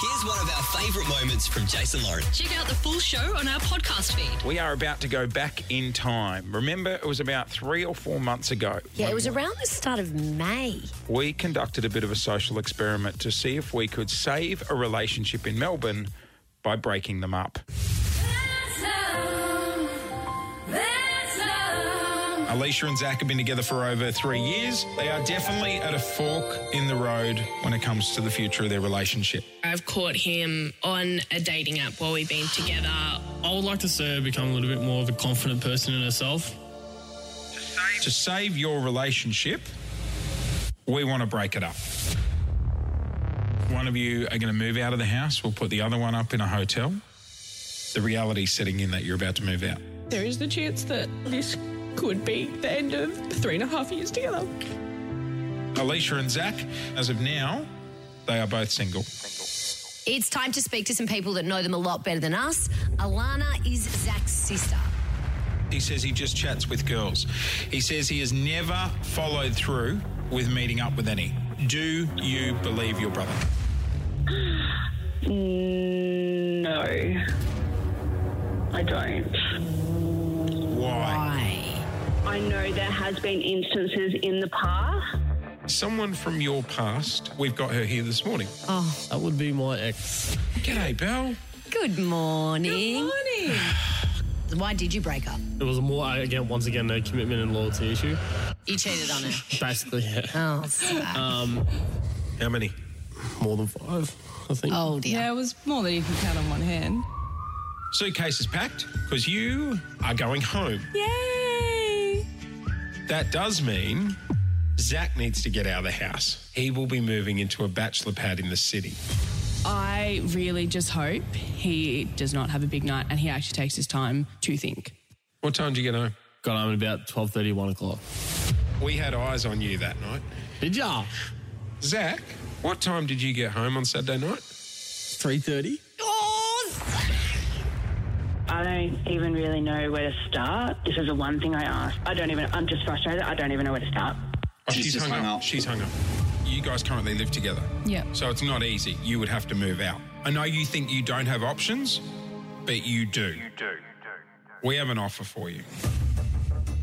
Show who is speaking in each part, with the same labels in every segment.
Speaker 1: Here's one of our favourite moments from Jason Lauren.
Speaker 2: Check out the full show on our podcast feed.
Speaker 3: We are about to go back in time. Remember, it was about three or four months ago.
Speaker 4: Yeah, it was around the start of May.
Speaker 3: We conducted a bit of a social experiment to see if we could save a relationship in Melbourne by breaking them up. Alicia and Zach have been together for over three years. They are definitely at a fork in the road when it comes to the future of their relationship.
Speaker 5: I've caught him on a dating app while we've been together.
Speaker 6: I would like to see her become a little bit more of a confident person in herself.
Speaker 3: To save your relationship, we want to break it up. One of you are going to move out of the house. We'll put the other one up in a hotel. The reality setting in that you're about to move out.
Speaker 7: There is the chance that this could be the end of three and a half years together.
Speaker 3: Alicia and Zach, as of now, they are both single.
Speaker 4: It's time to speak to some people that know them a lot better than us. Alana is Zach's sister.
Speaker 3: He says he just chats with girls. He says he has never followed through with meeting up with any. Do you believe your brother?
Speaker 7: Mm, No, I don't.
Speaker 3: Why?
Speaker 8: I know there has been instances in the past.
Speaker 3: Someone from your past, we've got her here this morning.
Speaker 6: That would be my ex.
Speaker 3: G'day, Belle.
Speaker 4: Good morning.
Speaker 7: Morning.
Speaker 4: Why did you break up?
Speaker 6: It was a more again once again a commitment and loyalty issue.
Speaker 4: You cheated on her.
Speaker 6: Basically, yeah.
Speaker 4: Oh, fuck.
Speaker 3: How many?
Speaker 6: more than five. I think.
Speaker 4: oh dear.
Speaker 7: Yeah, it was more than you can count on one hand.
Speaker 3: Suitcase is packed because you are going home.
Speaker 7: Yay!
Speaker 3: That does mean Zach needs to get out of the house. He will be moving into a bachelor pad in the city.
Speaker 9: I really just hope he does not have a big night and he actually takes his time to think.
Speaker 3: What time do you get home?
Speaker 6: Got home at about 12:30, 1 o'clock.
Speaker 3: We had eyes on you that night.
Speaker 6: Did ya?
Speaker 3: Zach, what time did you get home on Saturday night?
Speaker 6: 3:30.
Speaker 8: I don't even really know where to start. This is the one thing I ask. I don't even, I'm just frustrated. I don't even know where to start.
Speaker 3: Oh,
Speaker 1: She's just hung up.
Speaker 3: She's hung up. You guys currently live together.
Speaker 9: Yeah.
Speaker 3: So it's not easy. You would have to move out. I know you think you don't have options, but you do. You do. We have an offer for you.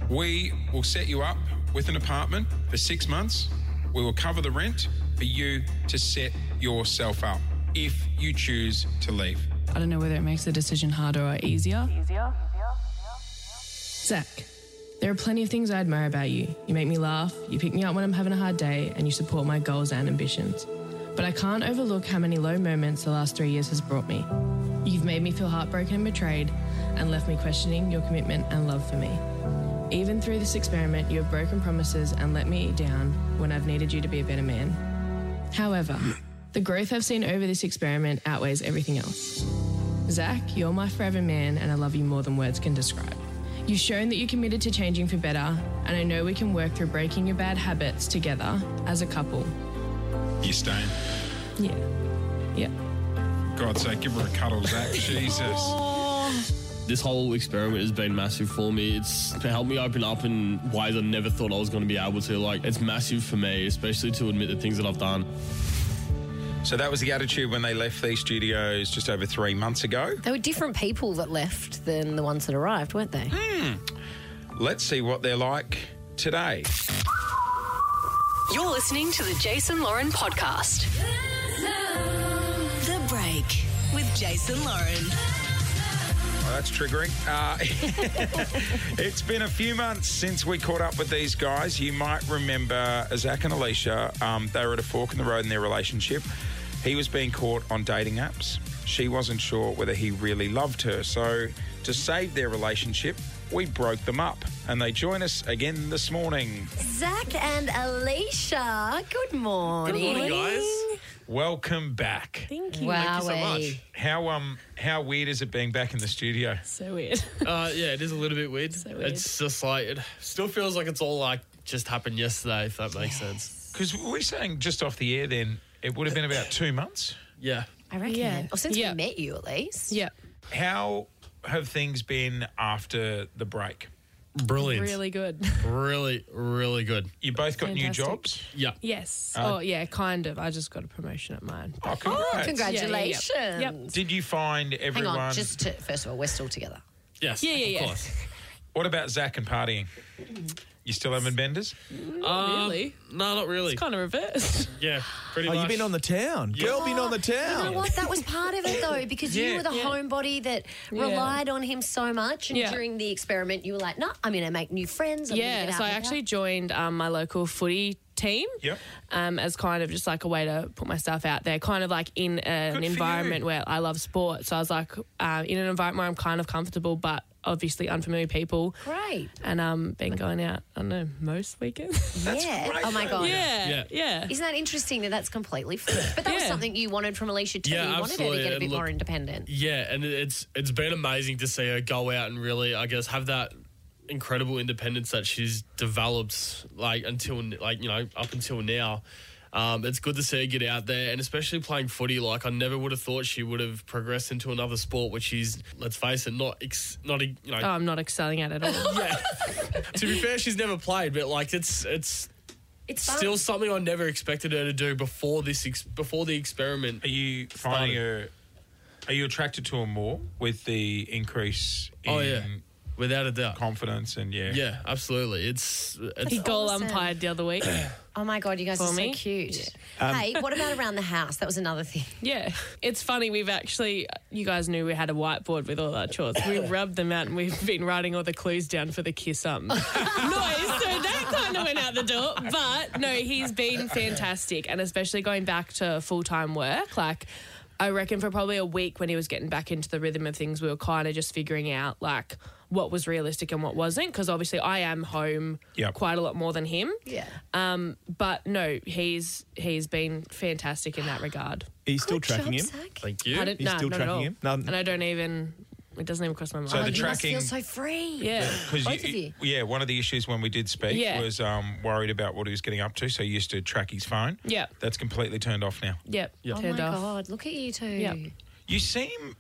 Speaker 3: We will set you up with an apartment for six months. We will cover the rent for you to set yourself up if you choose to leave.
Speaker 9: I don't know whether it makes the decision harder or easier. Zach, there are plenty of things I admire about you. You make me laugh, you pick me up when I'm having a hard day, and you support my goals and ambitions. But I can't overlook how many low moments the last three years has brought me. You've made me feel heartbroken and betrayed, and left me questioning your commitment and love for me. Even through this experiment, you have broken promises and let me down when I've needed you to be a better man. However, the growth I've seen over this experiment outweighs everything else. Zach, you're my forever man, and I love you more than words can describe. You've shown that you're committed to changing for better, and I know we can work through breaking your bad habits together as a couple.
Speaker 3: You staying?
Speaker 9: Yeah. Yeah.
Speaker 3: God's sake, give her a cuddle, Zach. Jesus.
Speaker 6: This whole experiment has been massive for me. It's helped me open up in ways I never thought I was going to be able to. Like, it's massive for me, especially to admit the things that I've done.
Speaker 3: So that was the attitude when they left these studios just over three months ago.
Speaker 4: They were different people that left than the ones that arrived, weren't they?
Speaker 3: Let's see what they're like today. Oh,
Speaker 2: You're listening to the Jason Lauren podcast.
Speaker 10: The Break with Jason Lauren.
Speaker 3: Well, that's triggering. Uh, it's been a few months since we caught up with these guys. You might remember Zach and Alicia. Um, they were at a fork in the road in their relationship. He was being caught on dating apps. She wasn't sure whether he really loved her. So, to save their relationship, we broke them up. And they join us again this morning.
Speaker 4: Zach and Alicia. Good morning.
Speaker 3: Welcome back.
Speaker 4: Thank you. Wow. eh?
Speaker 3: How um how weird is it being back in the studio?
Speaker 9: So weird.
Speaker 6: Uh, yeah, it is a little bit weird.
Speaker 9: weird.
Speaker 6: It's just like it still feels like it's all like just happened yesterday, if that makes sense.
Speaker 3: Because we're saying just off the air, then it would have been about two months.
Speaker 6: Yeah.
Speaker 4: I reckon.
Speaker 9: Yeah. Oh,
Speaker 4: Well, Oh, since
Speaker 9: Yeah.
Speaker 4: we met you, at least.
Speaker 9: yeah.
Speaker 3: How have things been after the break?
Speaker 6: Brilliant.
Speaker 9: Really good.
Speaker 6: Really, really good.
Speaker 3: You both got
Speaker 9: Fantastic.
Speaker 6: Yeah.
Speaker 9: Yes.
Speaker 3: Uh,
Speaker 9: oh, yeah, kind of. I just got a promotion at mine.
Speaker 3: Oh, congrats.
Speaker 4: congratulations.
Speaker 9: Yeah, yeah, yeah.
Speaker 3: Did you find everyone?
Speaker 4: Hang on, just to, first of all, we're still together.
Speaker 6: Yes.
Speaker 9: Yeah, yeah, yeah.
Speaker 3: What about Zach and partying? You still having benders?
Speaker 9: really?
Speaker 6: No, not really.
Speaker 9: It's kind of reversed.
Speaker 6: Yeah, pretty
Speaker 7: Oh,
Speaker 6: much.
Speaker 7: you've been on the town.
Speaker 6: Yeah.
Speaker 7: Girl been on the
Speaker 4: You know
Speaker 7: town.
Speaker 4: what? That was part of it though, because you
Speaker 7: Yeah.
Speaker 4: were the
Speaker 7: Yeah.
Speaker 4: homebody that relied on him so much. And
Speaker 9: Yeah.
Speaker 4: during the experiment, you were like, "No, I'm going to make new friends." I'm gonna
Speaker 9: yeah,
Speaker 4: get out
Speaker 9: so I
Speaker 4: and
Speaker 9: actually
Speaker 4: about."
Speaker 9: joined um, my local footy team.
Speaker 3: Yep.
Speaker 9: Um, as kind of just like a way to put my stuff out there, kind of like in a- an
Speaker 3: you.
Speaker 9: environment where I love sport. So I was like uh, in an environment where I'm kind of comfortable, but obviously unfamiliar people.
Speaker 4: Great.
Speaker 9: And um, been going out. I don't know most weekends.
Speaker 4: yeah. oh my god.
Speaker 9: Yeah. Yeah.
Speaker 4: Isn't that interesting that that's completely flipped? But that was something you wanted from Alicia too.
Speaker 6: Yeah,
Speaker 4: you wanted her to
Speaker 6: absolutely.
Speaker 4: get a
Speaker 6: And
Speaker 4: bit
Speaker 6: look-
Speaker 4: more independent.
Speaker 6: Yeah, and it- it's it's been amazing to see her go out and really, I guess, have that incredible independence that she's developed, like until like you know up until now. Um, it's good to see her get out there, and especially playing footy. Like I never would have thought she would have progressed into another sport, which she's, let's face it, not ex- not e, you know.
Speaker 9: Oh, I'm not excelling at it at all.
Speaker 6: yeah. to be fair, she's never played, but like it's it's
Speaker 4: it's
Speaker 6: still something I never expected her to do before this ex- before the experiment.
Speaker 3: Are you Finding her, are you attracted to her more with the increase? In
Speaker 6: Oh, yeah. without a doubt,
Speaker 3: confidence and yeah,
Speaker 6: Yeah, absolutely. It's it's
Speaker 9: He goal umpired the other week.
Speaker 4: Oh my god, you guys
Speaker 9: For
Speaker 4: are
Speaker 9: me?
Speaker 4: so cute.
Speaker 9: Yeah. Um,
Speaker 4: hey, what about around the house? That was another thing.
Speaker 9: Yeah, it's funny. We've actually, you guys knew we had a whiteboard with all our chores. We rubbed them out and we've been writing all the clues down for the kiss up noise. So that kind of went out the door. But no, he's been fantastic. And especially going back to full time work, like, I reckon for probably a week when he was getting back into the rhythm of things, we were kind of just figuring out, like, what was realistic and what wasn't. Because obviously, I am home
Speaker 3: Yep.
Speaker 9: quite a lot more than him.
Speaker 4: Yeah.
Speaker 9: Um, but no, he's he's been fantastic in that regard.
Speaker 7: He's still
Speaker 9: Good
Speaker 7: tracking
Speaker 9: job,
Speaker 7: him.
Speaker 9: Zach.
Speaker 6: Thank
Speaker 9: I don't,
Speaker 7: He's
Speaker 9: nah,
Speaker 7: still
Speaker 9: not at
Speaker 7: tracking
Speaker 9: all.
Speaker 7: him.
Speaker 9: And I don't even. It doesn't even cross my mind.
Speaker 3: So the tracking.
Speaker 4: free.
Speaker 9: Yeah.
Speaker 3: Because
Speaker 9: Both of you.
Speaker 3: yeah, one of the issues when we did speak
Speaker 9: Yeah.
Speaker 3: was um, worried about what he was getting up to, so he used to track his phone.
Speaker 9: Yep.
Speaker 3: That's completely turned off now.
Speaker 9: Yep.
Speaker 3: Yep.
Speaker 4: Oh
Speaker 9: Turned
Speaker 4: my
Speaker 9: off.
Speaker 4: god, look at you two.
Speaker 3: You seem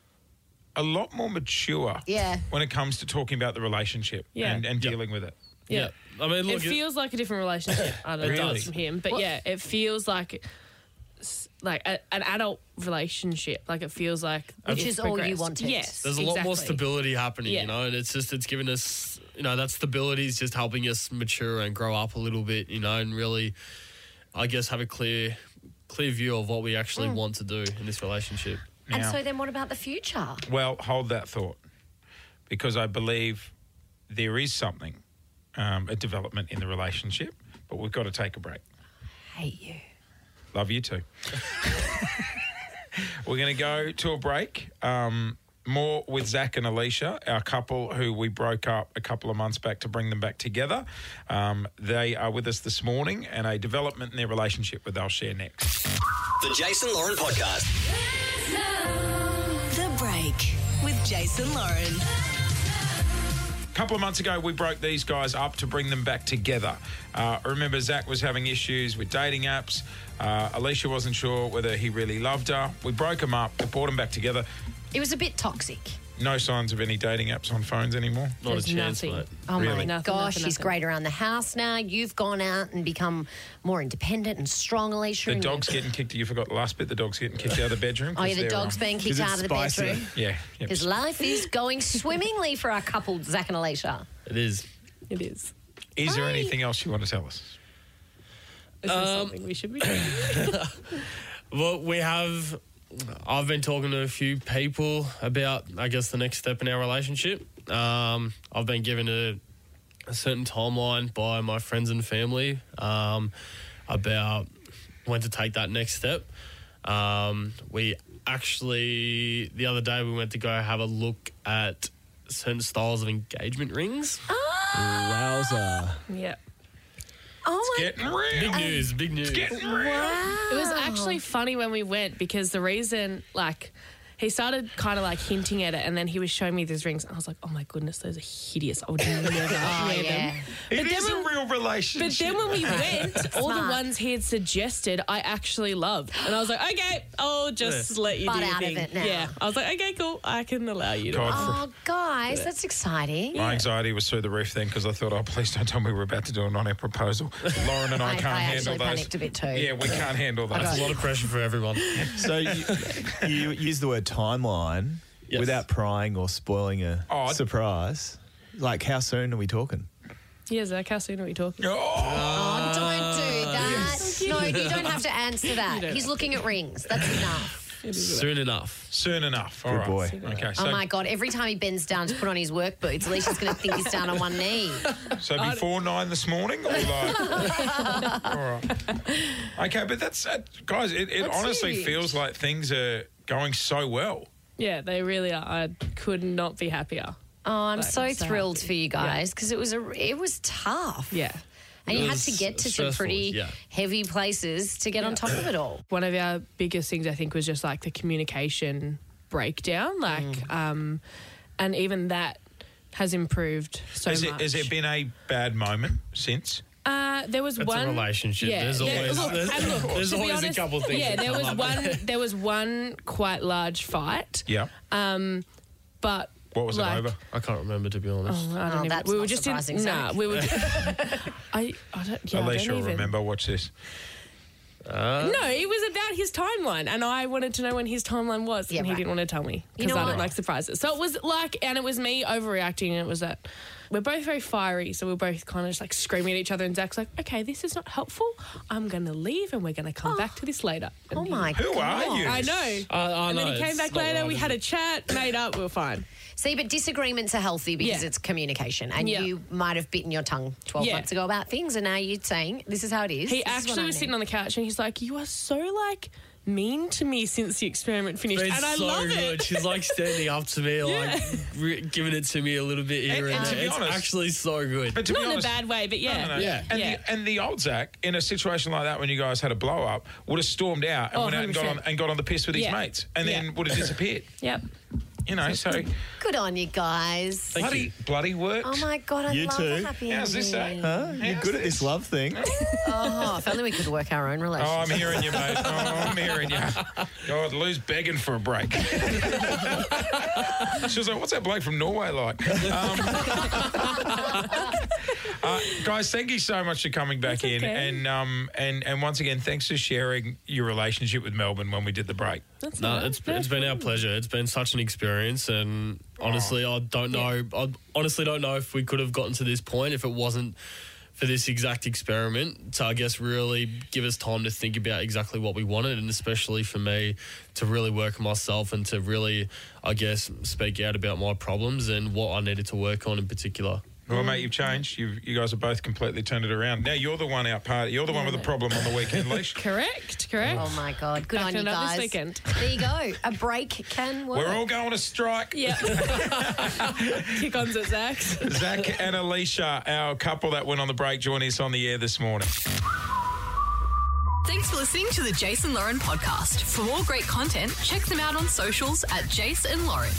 Speaker 3: a lot more mature.
Speaker 4: Yeah.
Speaker 3: When it comes to talking about the relationship
Speaker 9: Yeah.
Speaker 3: and, and dealing with it.
Speaker 9: Yeah.
Speaker 6: I mean,
Speaker 9: it feels like a different relationship. I don't
Speaker 3: It
Speaker 9: know
Speaker 3: does.
Speaker 9: from him, but yeah, it feels like s- like a, an adult relationship. Like it feels like
Speaker 6: Which
Speaker 9: it's
Speaker 6: is all you
Speaker 9: progressed.
Speaker 6: wanted.
Speaker 9: Yes,
Speaker 6: There's a lot more
Speaker 9: exactly.
Speaker 6: stability happening,
Speaker 9: Yeah.
Speaker 6: you know, and it's just it's giving us, you know, that stability is just helping us mature and grow up a little bit, you know, and really, I guess, have a clear, clear view of what we actually
Speaker 4: Mm.
Speaker 6: want to do in this relationship.
Speaker 4: And so then what about the future?
Speaker 3: Well, hold that thought because I believe there is something, um, a development in the relationship, but we've got to take a break.
Speaker 4: Hate you.
Speaker 3: Love you too. We're going to go to a break. Um, more with Zach and Alicia, our couple who we broke up a couple of months back to bring them back together. Um, they are with us this morning and a development in their relationship that they'll share next.
Speaker 1: The Jason Lauren Podcast.
Speaker 10: The Break with Jason Lauren.
Speaker 3: A couple of months ago, we broke these guys up to bring them back together. Uh, I remember Zach was having issues with dating apps. Uh, Alicia wasn't sure whether he really loved her. We broke them up, we brought them back together.
Speaker 4: It was a bit toxic.
Speaker 3: No signs of any dating apps on phones anymore.
Speaker 4: Not a There's chance, nothing. mate. Oh my gosh,
Speaker 9: nothing,
Speaker 4: she's
Speaker 9: nothing.
Speaker 4: great around the house now. You've gone out and become more independent and strong, Alicia.
Speaker 3: The
Speaker 4: and
Speaker 3: dog's getting kicked. You forgot the last bit. The dog's getting kicked out of the bedroom.
Speaker 4: Oh, yeah,
Speaker 3: 'cause
Speaker 4: the
Speaker 3: they're, um,
Speaker 4: dog's being kicked 'Cause it's out of the spicy. bedroom.
Speaker 3: Yeah. yep.
Speaker 4: His life is going swimmingly for our couple, Zach and Alicia.
Speaker 6: It is.
Speaker 9: It is.
Speaker 3: Is there anything else you want to tell us?
Speaker 9: This
Speaker 6: Um,
Speaker 9: is something we should be.
Speaker 6: Well, we have. I've been talking to a few people about, I guess, the next step in our relationship. Um, I've been given a, a certain timeline by my friends and family um, about when to take that next step. Um, we actually, the other day, we went to go have a look at certain styles of engagement rings.
Speaker 7: Wowza.
Speaker 9: yeah.
Speaker 4: Oh
Speaker 6: my
Speaker 3: getting real.
Speaker 6: Big news, big news.
Speaker 9: It was
Speaker 4: Oh.
Speaker 9: actually funny when we went because the reason, like, he started kind of like hinting at it, and then he was showing me these rings, and I was like, "Oh my goodness, those are hideous! I would never
Speaker 3: Oh, yeah.
Speaker 9: wear them."
Speaker 3: It
Speaker 9: But then
Speaker 3: is a
Speaker 9: when-
Speaker 3: real relationship.
Speaker 9: But then when we went, all the
Speaker 3: Smart.
Speaker 9: ones he had suggested, I actually loved, and I was like, "Okay, I'll just
Speaker 3: Yeah.
Speaker 9: let you
Speaker 4: Butt
Speaker 9: do your
Speaker 4: out of
Speaker 9: thing."
Speaker 4: it now.
Speaker 9: Yeah, I was like, "Okay, cool, I can allow you." to
Speaker 4: oh, God, Guys, that's exciting.
Speaker 3: My anxiety was through the roof then because I thought, oh, please don't tell me we're about to do a non air proposal. Lauren and I,
Speaker 4: I-
Speaker 3: can't
Speaker 4: I
Speaker 3: handle
Speaker 4: actually
Speaker 3: those.
Speaker 4: panicked a bit too.
Speaker 3: Yeah, we
Speaker 4: Yeah.
Speaker 3: can't handle those.
Speaker 4: I got-
Speaker 6: That's a lot of pressure for everyone.
Speaker 7: So you, you use the word timeline without prying or spoiling a surprise. Like, how soon are we talking?
Speaker 9: Yeah, Zach, how soon are we talking?
Speaker 3: Ah,
Speaker 4: Oh, don't do that. No,
Speaker 9: Yes.
Speaker 4: you don't have to answer that.
Speaker 9: don't.
Speaker 4: He's looking at rings. That's enough.
Speaker 6: Soon enough.
Speaker 3: Soon enough. All right. Okay. So,
Speaker 4: oh my god! Every time he bends down to put on his work boots, Alicia's going to think he's down on one knee.
Speaker 3: so before nine this morning, or like, okay, but that's uh, guys. It, it
Speaker 9: That's
Speaker 3: honestly
Speaker 9: huge.
Speaker 3: feels like things are going so well.
Speaker 9: Yeah, they really are. I could not be happier.
Speaker 4: Oh, I'm
Speaker 9: Like,
Speaker 4: so,
Speaker 9: so
Speaker 4: thrilled
Speaker 9: happy.
Speaker 4: for you guys because it was a it was tough.
Speaker 9: Yeah.
Speaker 4: and
Speaker 9: It
Speaker 4: you had
Speaker 9: was
Speaker 4: to get to some
Speaker 9: stressful,
Speaker 4: pretty
Speaker 9: yeah.
Speaker 4: heavy places to get on top of it all.
Speaker 9: One of our biggest things, I think, was just like the communication breakdown. Like,
Speaker 6: Mm.
Speaker 9: um, and even that has improved so
Speaker 3: has, it,
Speaker 9: much.
Speaker 3: has there been a bad moment since?
Speaker 9: Uh, there was
Speaker 6: That's a
Speaker 9: one
Speaker 6: relationship. There's always-
Speaker 9: look,
Speaker 6: there's-
Speaker 9: and look,
Speaker 6: there's
Speaker 9: to be
Speaker 6: always a
Speaker 9: honest,
Speaker 6: couple things
Speaker 9: Yeah,
Speaker 6: that
Speaker 9: there
Speaker 6: come
Speaker 9: was
Speaker 6: up.
Speaker 9: one. There was one quite large fight.
Speaker 3: Yeah.
Speaker 9: Um, but
Speaker 6: What
Speaker 9: was it like- over?
Speaker 6: I can't remember to be
Speaker 9: oh,
Speaker 6: honest.
Speaker 9: I don't even.
Speaker 4: that's
Speaker 9: we were
Speaker 4: not
Speaker 9: just
Speaker 4: surprising,
Speaker 9: in. Nah,
Speaker 4: Zach.
Speaker 9: we were. I. I don't. Yeah, I
Speaker 3: Alicia
Speaker 9: don't
Speaker 3: will
Speaker 9: even.
Speaker 3: remember. Watch this. Uh,
Speaker 9: No, it was about his timeline, and I wanted to know when his timeline was, and he didn't want to tell me
Speaker 4: You
Speaker 9: because
Speaker 4: know
Speaker 9: I don't
Speaker 4: what?
Speaker 9: like surprises. So it was like, and it was me overreacting, and it was that we're both very fiery, so we're both kind of just like screaming at each other. And Zach's like, "Okay, this is not helpful. I'm going to leave, and we're going to come back to this later." And
Speaker 4: oh
Speaker 9: he-
Speaker 4: my
Speaker 3: Who are God. you?
Speaker 9: I know.
Speaker 6: I- I
Speaker 9: and then
Speaker 6: know,
Speaker 9: he came
Speaker 6: it's
Speaker 9: back
Speaker 6: not
Speaker 9: later.
Speaker 6: right,
Speaker 9: We
Speaker 6: is
Speaker 9: had
Speaker 6: it?
Speaker 9: a chat, made up. We were fine.
Speaker 4: See, but disagreements are healthy because
Speaker 9: Yeah.
Speaker 4: it's communication, and
Speaker 9: Yeah.
Speaker 4: you might have bitten your tongue 12
Speaker 9: Yeah.
Speaker 4: months ago about things, and now you're saying this is how it is.
Speaker 9: He
Speaker 4: This is what
Speaker 9: actually
Speaker 4: I
Speaker 9: was
Speaker 4: need."
Speaker 9: sitting on the couch, and he's like, "You are so like." Mean to me since the experiment finished,
Speaker 6: It's
Speaker 9: and I
Speaker 6: so
Speaker 9: love it.
Speaker 6: good. She's like standing up to me, like re- giving it to me a little bit here
Speaker 3: And-
Speaker 6: and,
Speaker 3: and to
Speaker 6: there.
Speaker 3: be
Speaker 6: It's
Speaker 3: honest-
Speaker 6: actually so good.
Speaker 3: But to
Speaker 9: Not
Speaker 3: be
Speaker 9: in
Speaker 3: honest,
Speaker 9: a bad way, but yeah.
Speaker 3: No, no, no. And, The, and the old Zach, in a situation like that, when you guys had a blow up, would have stormed out and
Speaker 9: Oh,
Speaker 3: went out and got, on,
Speaker 9: 100%.
Speaker 3: and got on the piss with his
Speaker 9: Yeah.
Speaker 3: mates and
Speaker 9: Yeah.
Speaker 3: then would have disappeared.
Speaker 9: yep.
Speaker 3: You know, so
Speaker 4: Good on you guys.
Speaker 3: bloody, bloody works.
Speaker 4: Oh my god, I
Speaker 7: You
Speaker 4: love a
Speaker 7: too.
Speaker 4: happy
Speaker 3: How's this, eh?
Speaker 4: ending.
Speaker 7: Huh? You're good at this love thing.
Speaker 4: Oh, if only we could work our own
Speaker 3: Oh, I'm
Speaker 4: relationship.
Speaker 3: hearing you, mate. Oh, I'm hearing you. God, Lou's begging for a break. she was like, what's that bloke from Norway like? Um, uh, guys, thank you so much for coming back in.
Speaker 9: okay.
Speaker 3: And, um, and, and once again, thanks for sharing your relationship with Melbourne when we did the break.
Speaker 6: No, it's it's been our pleasure. It's been such an experience, and honestly, I don't know. I honestly don't know if we could have gotten to this point if it wasn't for this exact experiment. To I guess really give us time to think about exactly what we wanted, and especially for me to really work on myself and to really, I guess, speak out about my problems and what I needed to work on in particular.
Speaker 3: Well, mate, you've
Speaker 9: Mm.
Speaker 3: changed. You've, you guys have both completely turned it around. Now you're the one out party. You're the one with the problem on the weekend, Leash.
Speaker 9: Correct, correct.
Speaker 4: Oh my god, good
Speaker 9: Back
Speaker 4: on
Speaker 9: to
Speaker 4: you
Speaker 9: another
Speaker 4: guys.
Speaker 9: this weekend.
Speaker 4: There you go. A break can work.
Speaker 3: We're all going to strike.
Speaker 9: Yeah. Kick ons at Zach's.
Speaker 3: Zach and Alicia, our couple that went on the break, join us on the air this morning.
Speaker 2: Thanks for listening to the Jason Lauren podcast. For more great content, check them out on socials at Jason Lauren.